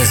Ez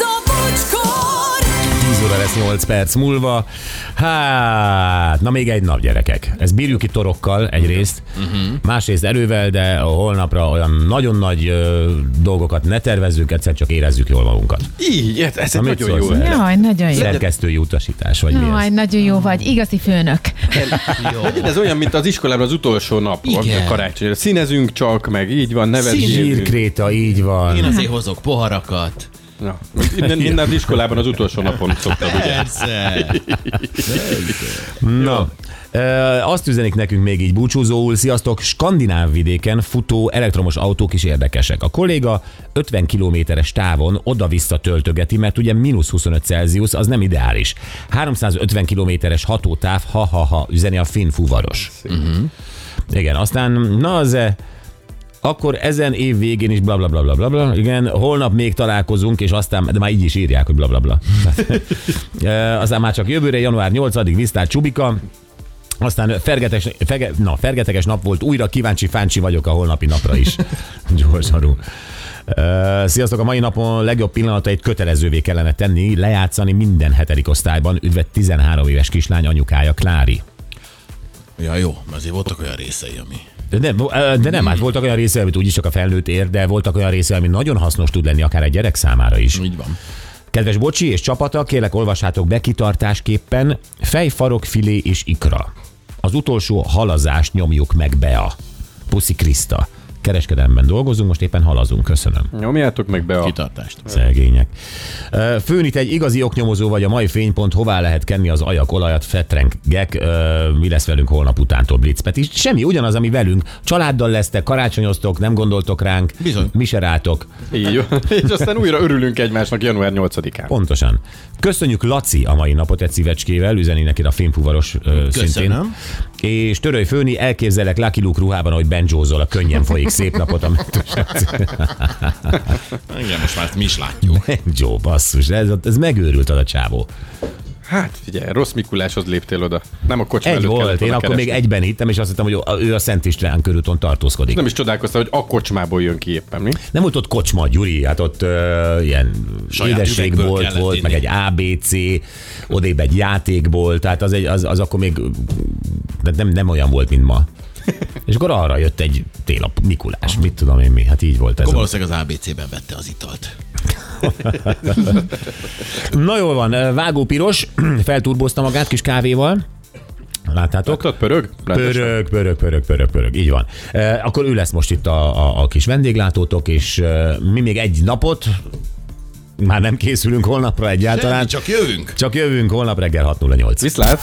a bocskor! 10 óra lesz 8 perc múlva. Hát, na még egy nap, gyerekek. Ezt bírjuk ki torokkal egyrészt, Mhm. uh-huh. másrészt erővel, de holnapra olyan nagyon nagy ö, dolgokat ne tervezzünk, egyszer csak érezzük jól magunkat. Így, ez, ez egy Na, mit nagyon szólsz jó ehhez? ötlet. Jaj, nagyon jó. Szerkesztői utasítás, vagy mi Jaj, ez? nagyon jó vagy. Igazi főnök. Hát Ez olyan, mint az iskolában az utolsó nap, Igen. a karácsony. Színezünk csak, meg így van, nevezünk. Zsírkréta, így Én van. azért hozok poharakat. Na, innen, innen az iskolában az utolsó napon szoktam, ugye? Persze. Na. Ö, azt üzenik nekünk még így búcsúzóul, sziasztok, skandináv vidéken futó elektromos autók is érdekesek. A kolléga 50 kilométeres távon oda-vissza töltögeti, mert ugye mínusz 25 Celsius az nem ideális. 350 kilométeres hatótáv, ha-ha-ha, üzeni a finn fuvaros. Uh-huh. Igen, aztán, na az eh, akkor ezen év végén is blablabla, bla, bla, bla, bla, igen, holnap még találkozunk, és aztán, de már így is írják, hogy blablabla. Bla, bla. E, aztán már csak jövőre, január 8-ig Visztár Csubika, aztán fergetes, fege, na, fergeteges nap volt, újra kíváncsi fáncsi vagyok a holnapi napra is. Gyors Haru. Ö, Sziasztok, a mai napon legjobb pillanatait kötelezővé kellene tenni, lejátszani minden hetedik osztályban, üdve 13 éves kislány anyukája Klári. Ja jó, azért voltak olyan részei, ami... De nem, ö, de nem, hát voltak olyan részei, amit úgyis csak a felnőtt ér, de voltak olyan részei, ami nagyon hasznos tud lenni akár egy gyerek számára is. Így van. Kedves Bocsi és csapata, kérlek olvassátok be kitartásképpen fejfarok, filé és ikra. Az utolsó halazást nyomjuk meg Bea. Puszi Kriszta. Kereskedelemben dolgozunk, most éppen halazunk, köszönöm. Hm. Nyomjátok meg be a... Kitartást. Szegények. Ö, Főnit egy igazi oknyomozó vagy a mai fénypont, hová lehet kenni az ajak, olajat, fetrengek, ö, mi lesz velünk holnap utántól Blitz Peti. Semmi, ugyanaz, ami velünk. Családdal lesztek, karácsonyoztok, nem gondoltok ránk, Bizony. mi se rátok. Így van. És aztán újra örülünk egymásnak január 8-án. Pontosan. Köszönjük Laci a mai napot egy szívecskével, üzeni neked a filmfuvaros ö, szintén. Köszönöm. És Töröly Főni, elképzelek Lucky Luke ruhában, hogy benjózol a könnyen folyik szép napot a mentős. Igen, most már mi is látjuk. Benjó, basszus, ez, ez megőrült az a csávó. Hát figyelj, rossz Mikuláshoz léptél oda. Nem a kocsma Egy előtt kellett volt, én volna akkor még keresni. egyben hittem, és azt hittem, hogy ő a Szent István körúton tartózkodik. Nem Nem, is csodálkoztam, hogy a kocsmából jön ki éppen, mi? nem volt ott kocsma, Gyuri, hát ott uh, ilyen Saját édesség üvegből volt, kellett volt, meg egy inni. ABC, odébb egy játékból, tehát az, egy, az, az akkor még de nem, nem olyan volt, mint ma. És akkor arra jött egy télap Mikulás, mit tudom én mi, hát így volt ez. Akkor a- valószínűleg az ABC-ben vette az italt. Na jól van, ö, Vágó Piros felturbozta magát kis kávéval, láttátok? Tudod, pörög? Rendesen. Pörög, pörög, pörög, pörög, pörög, így van. E, akkor ő lesz most itt a, a, a kis vendéglátótok, és e, mi még egy napot, már nem készülünk holnapra egyáltalán, Talán csak... csak jövünk. csak jövünk holnap reggel 608. Viszlát!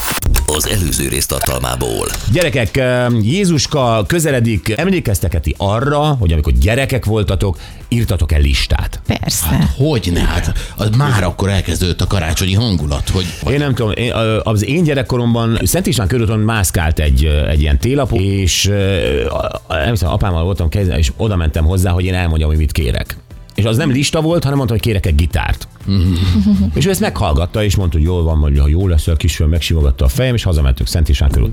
Az előző rész tartalmából. Gyerekek, e, Jézuska közeledik, emlékezteketi arra, hogy amikor gyerekek voltatok, írtatok el listát. Persze. Hogy ne? Hát az már akkor elkezdődött a karácsonyi hangulat, hogy Én nem tudom, én, ö, az én gyerekkoromban Szent István körúton mászkált egy, ö, egy ilyen télapó, és ö, a- a- nem hiszem, apámmal voltam kezdve, és oda mentem hozzá, hogy én elmondjam, hogy mit kérek. És az nem lista volt, hanem mondtam, hogy kérek egy gitárt. Mhm. és ő ezt meghallgatta, és mondta, hogy jól van, mondja, ha jól leszel, kisfiam, megsimogatta a fejem, és hazamentünk Szent István körül.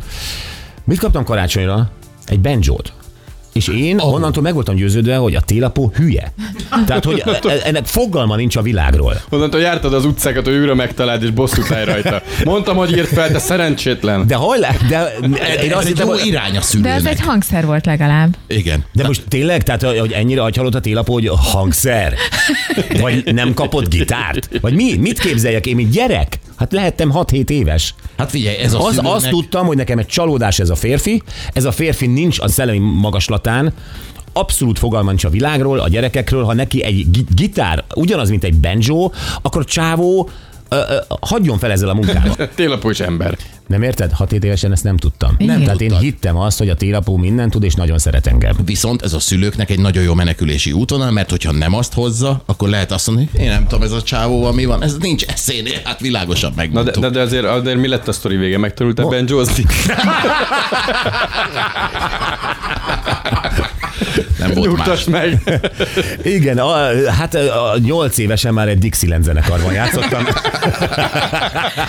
Mit kaptam karácsonyra? Egy benjót. És én oh. onnantól meg voltam győződve, hogy a télapó hülye. Tehát, hogy e, ennek fogalma nincs a világról. Onnantól jártad az utcákat, hogy újra megtaláld, és bosszút állj rajta. Mondtam, hogy írt fel, de szerencsétlen. De hol le? De én ez azt egy hittem, jó hogy... irány a De ez szülőnek. egy hangszer volt legalább. Igen. De most tényleg, tehát hogy ennyire agyhalott a télapó, hogy hangszer? Vagy nem kapott gitárt? Vagy mi? Mit képzeljek én, mint gyerek? Hát lehettem 6-7 éves. Hát figyelj, ez a Az, szülőnek... azt tudtam, hogy nekem egy csalódás ez a férfi, ez a férfi nincs a szellemi magaslatán, abszolút fogalma nincs a világról, a gyerekekről, ha neki egy gi- gitár ugyanaz, mint egy banjo, akkor csávó ö, ö, hagyjon fel ezzel a munkával. Télapó is ember. Nem érted? Hat hét évesen ezt nem tudtam. Igen. Tehát én tudtad. hittem azt, hogy a télapó mindent tud, és nagyon szeret engem. Viszont ez a szülőknek egy nagyon jó menekülési útvonal, mert hogyha nem azt hozza, akkor lehet azt mondani, én nem tudom, ez a csávóval mi van, ez nincs eszénél, hát világosan Na de, megmondtuk. de, de azért, azért mi lett a sztori vége? Megtanultál oh. benjózni? Nem volt más. Nyugtasd meg. Igen, a, hát a, a, nyolc évesen már egy Dixieland zenekarban játszottam.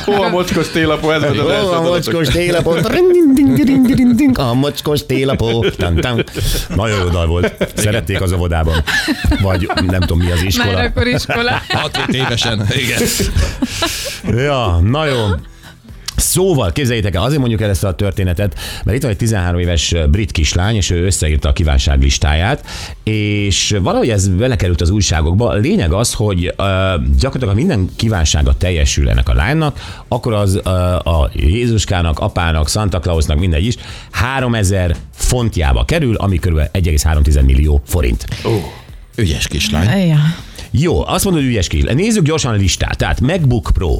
Hol a mocskos télapó, ez volt az első Ó, a dalotok. mocskos télapó. Dring-ding-ding-ding-ding-ding. A mocskos télapó. Tam-tam. Nagyon jó dal volt. Szerették az óvodában. Vagy nem tudom mi az Már iskola. akkor iskola. 6 évesen, igen. Ja, na jó. Szóval, képzeljétek el, azért mondjuk el ezt a történetet, mert itt van egy 13 éves brit kislány, és ő összeírta a kívánság listáját, és valahogy ez belekerült az újságokba. A lényeg az, hogy ö, gyakorlatilag ha minden kívánsága teljesül ennek a lánynak, akkor az ö, a Jézuskának, apának, Santa Clausnak, mindegy is, 3000 fontjába kerül, ami kb. 1,3 millió forint. Ügyes kislány. Ja. Jó, azt mondod, hogy ügyes ki. Nézzük gyorsan a listát. Tehát MacBook Pro.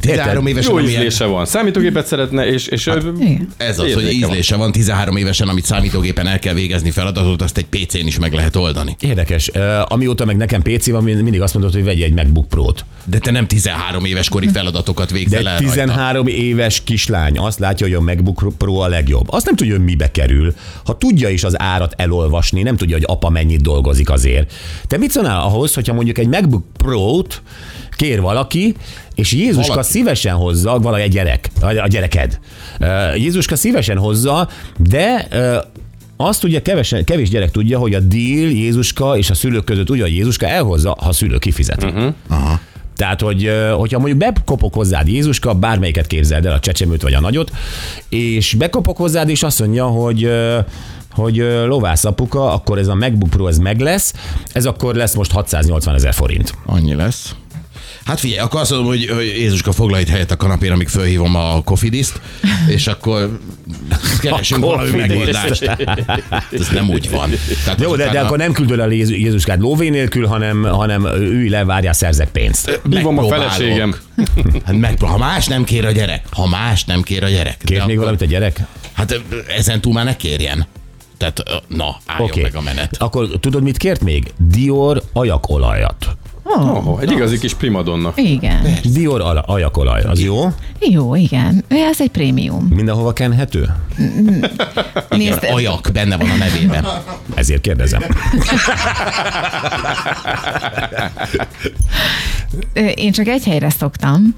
13 évesen, Jó amilyen, ízlése van. Számítógépet szeretne, és, és Hát, Igen. ez az, hogy Érzéke van. ízlése van, 13 évesen, amit számítógépen el kell végezni feladatot, azt egy PC-n is meg lehet oldani. Érdekes. Ö, Amióta meg nekem PC van, min- mindig azt mondod, hogy vegyél egy MacBook Pro-t. De te nem 13 éves kori feladatokat De végzel egy el 13 éves kislány azt látja, hogy a MacBook Pro a legjobb. Azt nem tudja, hogy mibe kerül. Ha tudja is az árat elolvasni, nem tudja, hogy apa mennyit dolgozik azért. Te mit szólnál ahhoz, hogyha mondjuk egy MacBook Pro-t kér valaki, és Jézuska Valaki. szívesen hozza, valahogy egy gyerek, vagy a gyereked. Ö, Jézuska szívesen hozza, de ö, azt ugye kevés, kevés gyerek tudja, hogy a deal Jézuska és a szülők között ugye a Jézuska elhozza, ha a szülő kifizeti. Uh-huh. Aha. Tehát, hogy, ö, hogyha mondjuk bekopok hozzád Jézuska, bármelyiket képzeld el, a csecsemőt vagy a nagyot, és bekopok hozzád, és azt mondja, hogy ö, hogy ö, lovász apuka, akkor ez a MacBook Pro ez meg lesz, ez akkor lesz most 680 ezer forint. Annyi lesz. Hát figyelj, akkor azt mondom, hogy hogy Jézuska foglal itt helyet a kanapén, amíg fölhívom a kofidiszt, és akkor keresünk A valami kofidiszt. megoldást. Ez nem úgy van. Tehát Jó, de, de utána- akkor nem küldöd el Jézu- Jézuskát lóvé nélkül, hanem, hanem ülj le, várjál, szerzek pénzt. Hívom a Megpróbálok. feleségem. Hát megpró- ha más nem kér a gyerek, ha más nem kér a gyerek. de Kér még akkor- valamit a gyerek? Hát ezen túl már ne kérjen. Tehát ö, na, álljon Oké. okay. meg a menet. Akkor tudod, mit kért még? Dior ajakolajat. Oh, egy igazi kis primadonna. Igen. Dior ala- ajakolaj, az jó? Jó, igen. Ez egy prémium. Mindenhova kenhető? Nézd, Ajak benne van a nevében. Ezért kérdezem. ö, én csak egy helyre szoktam.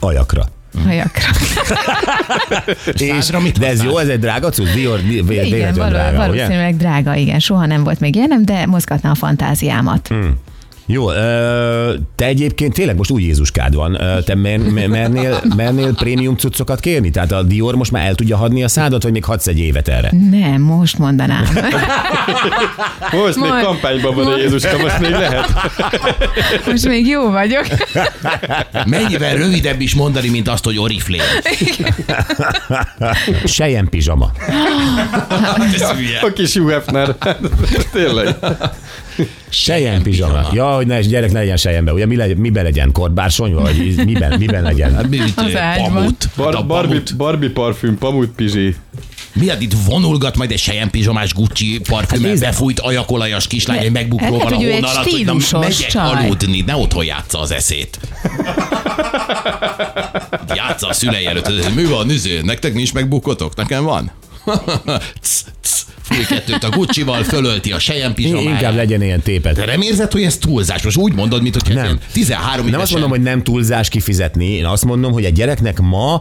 Ajakra. Hajakra. És, Százra mit de ez használsz? jó, ez egy drága cucc? Dior, di- vé- Igen, véletlenül való, drága, ugye? valószínűleg drága, igen. Soha nem volt még ilyenem, de mozgatná a fantáziámat. Hm. Jó, ö, te egyébként tényleg most új Jézuskád van. Ö, Te mer, mer, mernél, mernél prémium cuccokat kérni? Tehát a Dior most már el tudja hadni a szádat, vagy még hadsz egy évet erre? Nem, most mondanám. Most még Majd- kampányban van a majd- Jézuska, most még lehet. Most még jó vagyok. Mennyivel rövidebb is mondani, mint azt, hogy oriflame. Sejem pizsama. Hát, A kis Hugh Hefner. Tényleg. Sejem pizsama. Ja, hogy ne, gyerek ne legyen sejembe. Ugye mi legyen, miben legyen? Korbársonyba? Vagy miben, miben legyen? Az ágyban. Pamut. Hát a Bar- Barbie, pamut. Barbie parfüm, pamut pizsi. Mi az itt vonulgat majd egy sejem pizsomás Gucci parfümmel Hát nézd- hát, befújt ajakolajas kislány egy megbukróval Lehet, a hogy ő egy hónalat, hogy na, stílusos megyek csaj. aludni, ne otthon játsza az eszét. játsza a szülei előtt. Mi van, üző? Nektek nincs megbukotok? Nekem van? Cs, cs. Fúj kettőt a Guccival, fölölti a sejem Inkább pizsomáját. legyen ilyen tépet. De nem érzed, hogy ez túlzás? Most úgy mondod, mint hogy Nem. 13 Nem azt mondom, hogy nem túlzás kifizetni, én azt mondom, hogy a gyereknek ma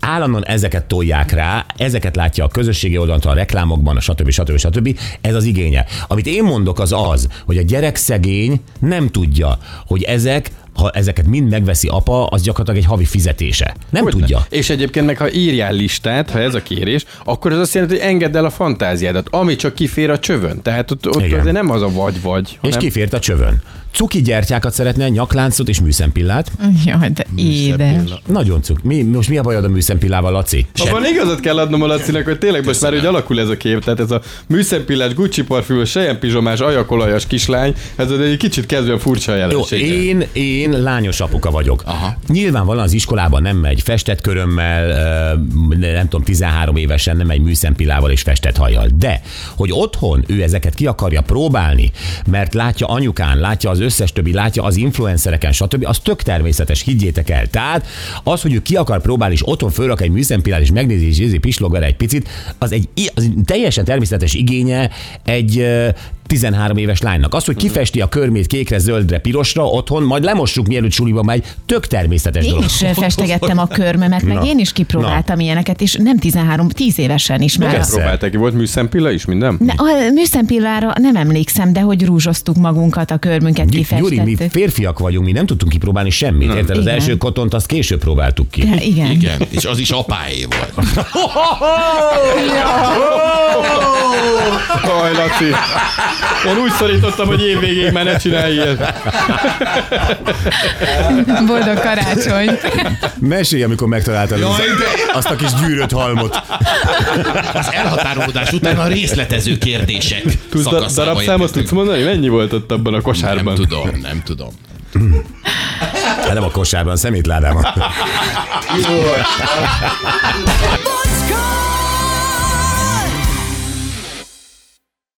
állandóan ezeket tolják rá, ezeket látja a közösségi oldalon, a reklámokban, a stb. stb. stb. Ez az igénye. Amit én mondok, az az, hogy a gyerek szegény nem tudja, hogy ezek, ha ezeket mind megveszi apa, az gyakorlatilag egy havi fizetése. Nem Hogyne. tudja. És egyébként meg, ha írjál listát, ha ez a kérés, akkor ez azt jelenti, hogy engedd el a fantáziádat, ami csak kifér a csövön. Tehát ott, ott Igen. azért nem az a vagy-vagy. És hanem- kifért a csövön. Cuki gyertyákat szeretne, nyakláncot és műszempillát. Mm. Jaj, de édes. Nagyon cuk. Mi, most mi a bajod a műszempillával, Laci? Abban igazat kell adnom a Lacinak, hogy tényleg most már úgy alakul ez a kép, tehát ez a műszempillás, Gucci parfümös, sejem pizsomás, ajakolajas kislány, ez egy kicsit kezdve furcsa a Jó, jelenség. én, én lányos apuka vagyok. Aha. Aha. Nyilvánvalóan az iskolában nem megy festett körömmel, ö, nem tudom, 13 évesen nem megy műszempillával és festett hajjal. De, hogy otthon ő ezeket ki akarja próbálni, mert látja anyukán, látja az összes többi látja, az influencereken, stb. Az tök természetes, higgyétek el. Tehát az, hogy ő ki akar próbálni, és otthon fölrak egy műszempillát, és megnézi, és ízi, pislog vele egy picit, az egy, i- az egy teljesen természetes igénye egy ö, 13 éves lánynak. Az, hogy kifesti a körmét kékre, zöldre, pirosra otthon, majd lemossuk, mielőtt suliba megy, tök természetes Én dolog. is festegettem a körmömet, meg Na. én is kipróbáltam ilyeneket, és nem 13, 10 évesen is már. Persze. Próbálták ki, volt műszempilla is, minden? Ne, a műszempillára nem emlékszem, de hogy rúzsoztuk magunkat, a körmünket Gy- Gyuri, mi kifestettük. férfiak vagyunk, mi nem tudtunk kipróbálni semmit. Érted? Az Igen. első kotont azt később próbáltuk ki. Ja, Hát Igen. Igen, és az is apáé volt. Aj, Laci. Én úgy szorítottam, hogy évvégéig már ne csinálj ilyet. Boldog karácsony. Mesélj, amikor megtaláltad Jaj, az- de- azt a kis gyűrött halmot. Az elhatárolódás után a részletező kérdések Tudsz da- szakaszába darabszámot érkeztünk. tudsz mondani? Mennyi volt ott abban a Nem kosárban? tudom, nem tudom. Hát nem a kosárban, a szemétládában. Bocskor!